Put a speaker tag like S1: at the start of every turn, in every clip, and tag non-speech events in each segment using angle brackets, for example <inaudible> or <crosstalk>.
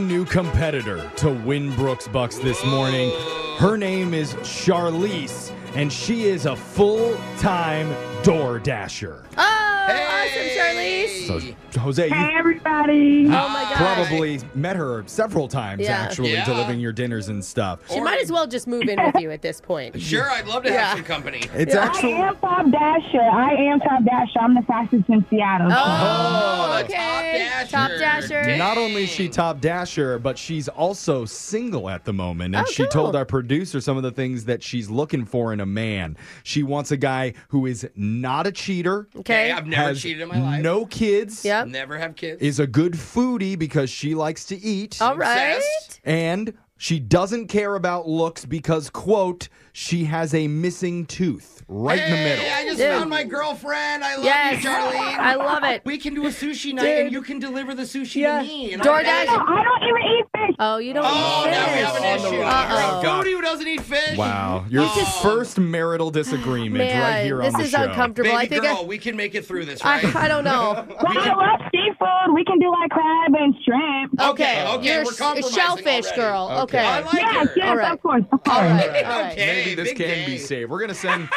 S1: new competitor to Winbrook's Bucks this morning. Her name is Charlize, and she is a full time door dasher.
S2: Oh, awesome, Charlize.
S1: So, Jose, you
S3: Hey, everybody.
S2: Oh my
S4: Ah.
S2: God.
S1: probably met her several times
S2: Yeah.
S1: actually
S4: Yeah.
S1: delivering your dinners and stuff.
S2: She might as well just move in with you at this
S4: <laughs>
S2: point.
S4: Sure, I'd love to have
S2: Yeah.
S4: some company.
S1: It's
S3: I
S1: actually
S3: am Top Dasher. I am Top Dasher. I'm the fastest in Seattle.
S2: Oh,
S4: the
S2: okay.
S4: Top Dasher. Dang.
S1: Not only is she top dasher, but she's also single at the moment. And
S2: Oh,
S1: she
S2: cool.
S1: told our producer some of the things that she's looking for in a man. She wants a guy who is not a cheater,
S2: Okay.
S4: Hey, I've never
S1: has
S4: cheated in my life.
S1: no kids,
S2: Yep.
S4: Never have kids.
S1: is a good foodie because she likes to eat,
S2: All right.
S4: obsessed.
S1: and she doesn't care about looks because, quote, she has a missing tooth right in the
S4: Hey,
S1: middle.
S4: I just
S2: Dude.
S4: found my girlfriend. I love
S2: Yes.
S4: you, Charlene.
S2: I love it.
S4: we can do a sushi night
S2: Dude.
S4: and you can deliver the sushi
S2: Yeah.
S4: to me. And I'll-
S3: No,
S2: DoorDash.
S3: I don't even eat fish.
S2: Oh, you don't
S4: Oh,
S2: eat
S4: now we
S2: fish.
S4: have an issue. You're
S2: Uh-oh.
S4: a foodie who doesn't eat fish.
S1: Wow. Your
S4: Oh.
S1: first marital disagreement
S2: Man,
S1: right here on
S2: this
S1: the
S2: is
S1: show.
S2: uncomfortable.
S4: Baby
S2: I think
S4: girl, we can make it through this,
S2: <laughs> I,
S4: right?
S2: I, I
S4: <laughs>
S2: don't know.
S3: Well, I love seafood. We can do like crab and shrimp.
S2: Okay.
S4: okay,
S2: You're
S4: we're
S2: sh-
S4: compromising
S2: shellfish
S4: already.
S2: girl.
S1: Okay.
S2: Okay.
S4: I like
S3: yes,
S4: her.
S3: yes,
S2: All right.
S3: of course. Of course.
S2: right. All right.
S4: Okay,
S1: Maybe this
S4: big
S1: can
S4: day.
S1: be saved. We're going to send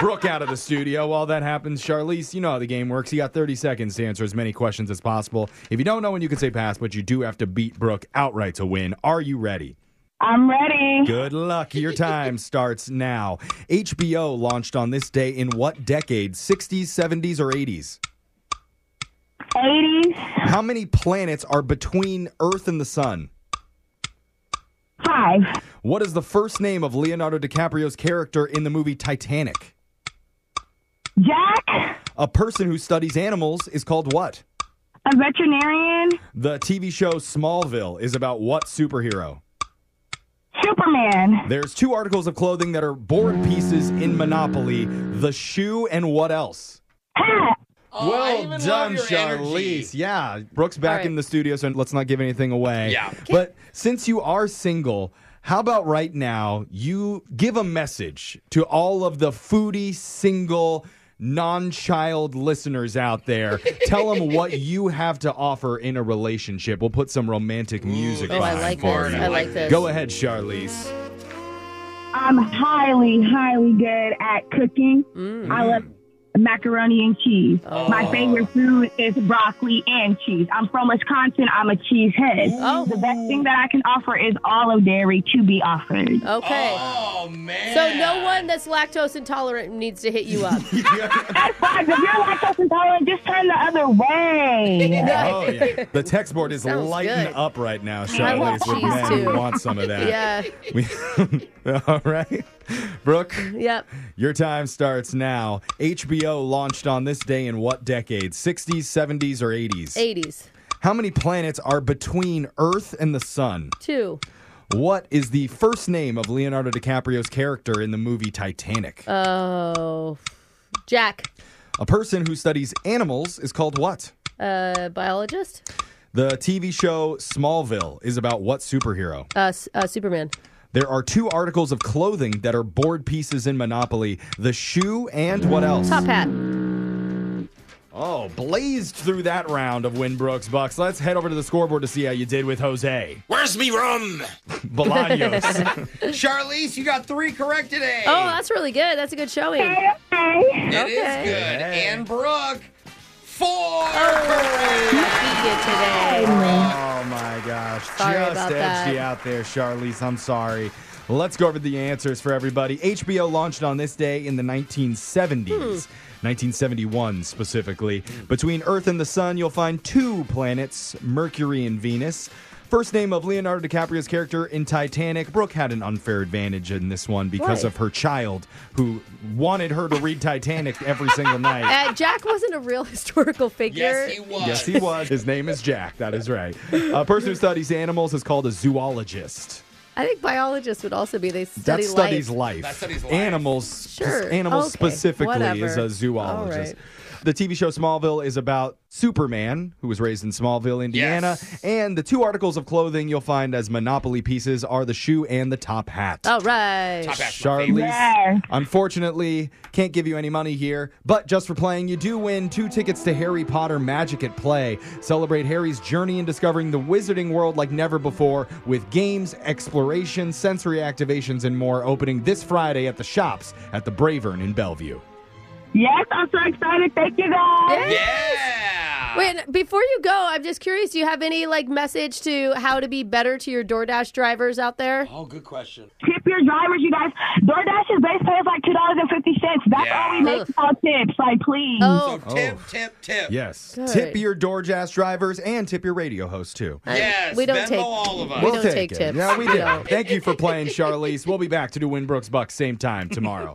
S1: Brooke out of the studio while that happens. Charlize, you know how the game works. You got 30 seconds to answer as many questions as possible. If you don't know when you can say pass, but you do have to beat Brooke outright to win. Are you ready?
S3: I'm ready.
S1: Good luck. Your time starts now. HBO launched on this day in what decade? 60s, 70s, or 80s?
S3: 80s.
S1: How many planets are between Earth and the Sun?
S3: Five.
S1: What is the first name of Leonardo DiCaprio's character in the movie Titanic?
S3: Jack,
S1: A person who studies animals is called what?
S3: a veterinarian.
S1: The TV show Smallville is about what superhero?
S3: Superman.
S1: There's two articles of clothing that are board pieces in Monopoly the shoe and what else?
S3: Hat.
S4: Oh, I even love your energy.
S1: Yeah. Brooke's back
S2: All right.
S1: in the studio, so let's not give anything away.
S4: Yeah.
S1: But since you are single, how about right now you give a message to all of the foodie, single, non child listeners out
S4: <laughs>
S1: there? Tell them what you have to offer in a relationship. We'll put some romantic music
S2: Oh, I
S1: behind
S2: like
S1: for
S2: this.
S1: you.
S2: I like this.
S1: Go
S4: <laughs>
S1: ahead, Charlize.
S3: I'm highly, highly good at cooking.
S2: Mm.
S3: I love macaroni and cheese.
S2: Oh.
S3: My favorite food is broccoli and cheese. I'm from Wisconsin. I'm a cheese head.
S2: Oh.
S3: The best thing that I can offer is olive dairy to be offered.
S2: Okay.
S4: Oh, man.
S2: So no one that's lactose intolerant needs to hit
S4: <laughs>
S2: you up.
S3: That's fine. If you're lactose intolerant, just turn the
S2: <laughs>
S3: other way.
S1: Oh yeah, the text board is
S2: Sounds
S1: lighting
S2: good.
S1: up right now,
S2: I want
S1: Charlize. With
S2: cheese,
S1: men
S2: too.
S1: who want some of that.
S2: yeah.
S1: We- <laughs> all right. Brooke,
S2: Yep.
S1: your time starts now. HBO launched on this day in what decade? 60s, 70s, or 80s?
S2: 80s.
S1: How many planets are between Earth and the Sun?
S2: Two.
S1: What is the first name of Leonardo DiCaprio's character in the movie Titanic?
S2: Uh. Oh. Jack.
S1: A person who studies animals is called what?
S2: Uh, biologist.
S1: The TV show Smallville is about what superhero?
S2: Uh, S- uh, Superman.
S1: There are two articles of clothing that are board pieces in Monopoly the shoe and what else?
S2: Top hat.
S1: Oh, blazed through that round of Winbrook's Bucks. Let's head over to the scoreboard to see how you did with Jose
S4: Where's me rum?
S1: Bolaños.
S4: Charlize, you got three correct today.
S2: Oh, that's really good. That's a good showing.
S3: Okay.
S4: It is
S2: okay. Oh.
S4: good.
S1: Hey.
S4: And Brooke, four correct.
S2: Beat you today.
S1: oh my gosh,
S2: Sorry
S1: just
S2: about
S1: edged
S2: that.
S1: you out there, Charlize. I'm sorry. Let's go over the answers for everybody. HBO launched on this day in the 1970s.
S2: Hmm.
S1: 1971 specifically. Between Earth and the Sun, you'll find two planets, Mercury and Venus. First name of Leonardo DiCaprio's character in Titanic. Brooke had an unfair advantage in this one because
S2: Why?
S1: of her child who wanted her to read Titanic every single
S2: <laughs>
S1: night.
S2: Uh, Jack wasn't a real <laughs> historical figure.
S4: Yes, he was.
S1: Yes, he was. His name is Jack. That is right. A person who studies animals is called a zoologist.
S2: I think biologists would also be. They
S1: That
S2: study
S1: studies life.
S2: life.
S4: That studies life.
S1: Animals,
S2: Sure.
S1: animals
S2: Okay.
S1: specifically, is
S2: Whatever.
S1: a zoologist. The TV show Smallville is about Superman, who was raised in Smallville, Indiana.
S4: Yes.
S1: And the two articles of clothing you'll find as Monopoly pieces are the shoe and the top hat.
S2: All right.
S4: Top hat.
S1: Charlize,
S3: Yes.
S1: unfortunately, can't give you any money here, but just for playing, you do win two tickets to Harry Potter Magic at Play. Celebrate Harry's journey in discovering the wizarding world like never before with games, exploration, sensory activations, and more opening this Friday at the shops at the Bravern in Bellevue.
S3: Yes, I'm so excited. Thank you
S2: Yeah.
S3: guys.
S4: Yeah.
S2: Wait, before you go, I'm just curious. Do you have any like message to how to be better to your DoorDash drivers out there?
S4: Oh, good question.
S3: Tip your drivers, you guys. DoorDash's base pay is like two dollars and fifty cents. That's
S4: Yeah.
S3: all we make on tips. Like, please.
S2: Oh,
S4: So tip, tip, tip.
S1: Yes.
S2: Good.
S1: Tip your DoorJass drivers and tip your radio host, too.
S2: I-
S4: Yes,
S2: we don't
S4: Venmo
S2: take
S4: all of us.
S2: We
S1: We'll
S2: don't take,
S1: it.
S2: tips.
S1: Yeah, we do.
S2: don't.
S1: Thank you for playing,
S2: <laughs>
S1: Charlize. We'll be back to do Winbrooks Bucks same time tomorrow.